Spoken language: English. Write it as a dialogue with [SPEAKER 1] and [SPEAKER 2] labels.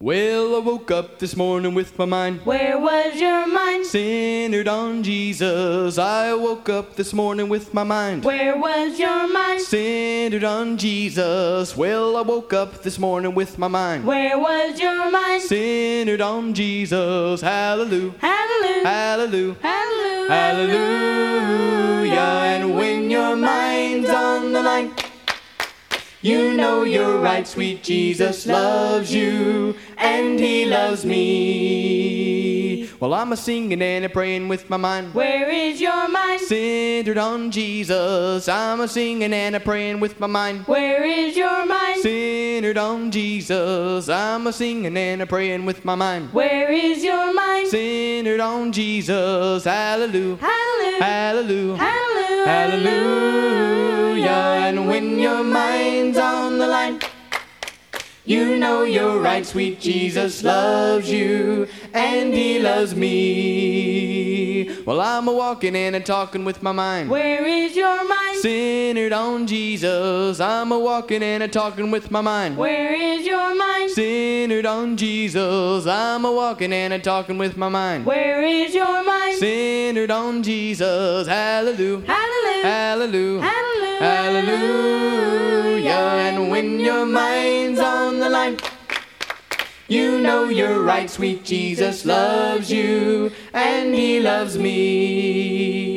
[SPEAKER 1] Well, I woke up this morning with my mind
[SPEAKER 2] Where was your mind?
[SPEAKER 1] centered on Jesus. I woke up this morning with my mind
[SPEAKER 2] Where was your mind?
[SPEAKER 1] centered on Jesus. Well, I woke up this morning with my mind
[SPEAKER 2] Where was your mind?
[SPEAKER 1] centered on Jesus. Hallelujah,
[SPEAKER 2] Hallelujah.
[SPEAKER 1] hallelujah.
[SPEAKER 2] Hallelujah.
[SPEAKER 1] Hallelujah, and when your mind's on the line, you know you're right, sweet Jesus loves you, and he loves me. Well, I'm a singing and a praying with my mind.
[SPEAKER 2] Where is your mind?
[SPEAKER 1] Centered on Jesus, I'm a singing and a praying with my mind.
[SPEAKER 2] Where is your mind?
[SPEAKER 1] Centered on Jesus, I'm a singing and a praying with my mind.
[SPEAKER 2] Where is your mind?
[SPEAKER 1] Centered on Jesus, hallelujah,
[SPEAKER 2] Hallelujah.
[SPEAKER 1] hallelujah.
[SPEAKER 2] Hallelujah.
[SPEAKER 1] Hallelujah. And when your mind's on the line, you know you're right, sweet Jesus loves you, and he loves me. Well, I'm a walking and a talking with my mind.
[SPEAKER 2] Where is your mind?
[SPEAKER 1] Centered on Jesus, I'm a walking and a talking with my mind.
[SPEAKER 2] Where is your mind?
[SPEAKER 1] Centered on Jesus, I'm a walking and a talking with my mind.
[SPEAKER 2] Where is your mind?
[SPEAKER 1] Centered on Jesus, hallelujah,
[SPEAKER 2] Hallelujah.
[SPEAKER 1] hallelujah.
[SPEAKER 2] Hallelujah.
[SPEAKER 1] Hallelujah. And when your mind's on the line, you know you're right, sweet Jesus loves you, and he loves me.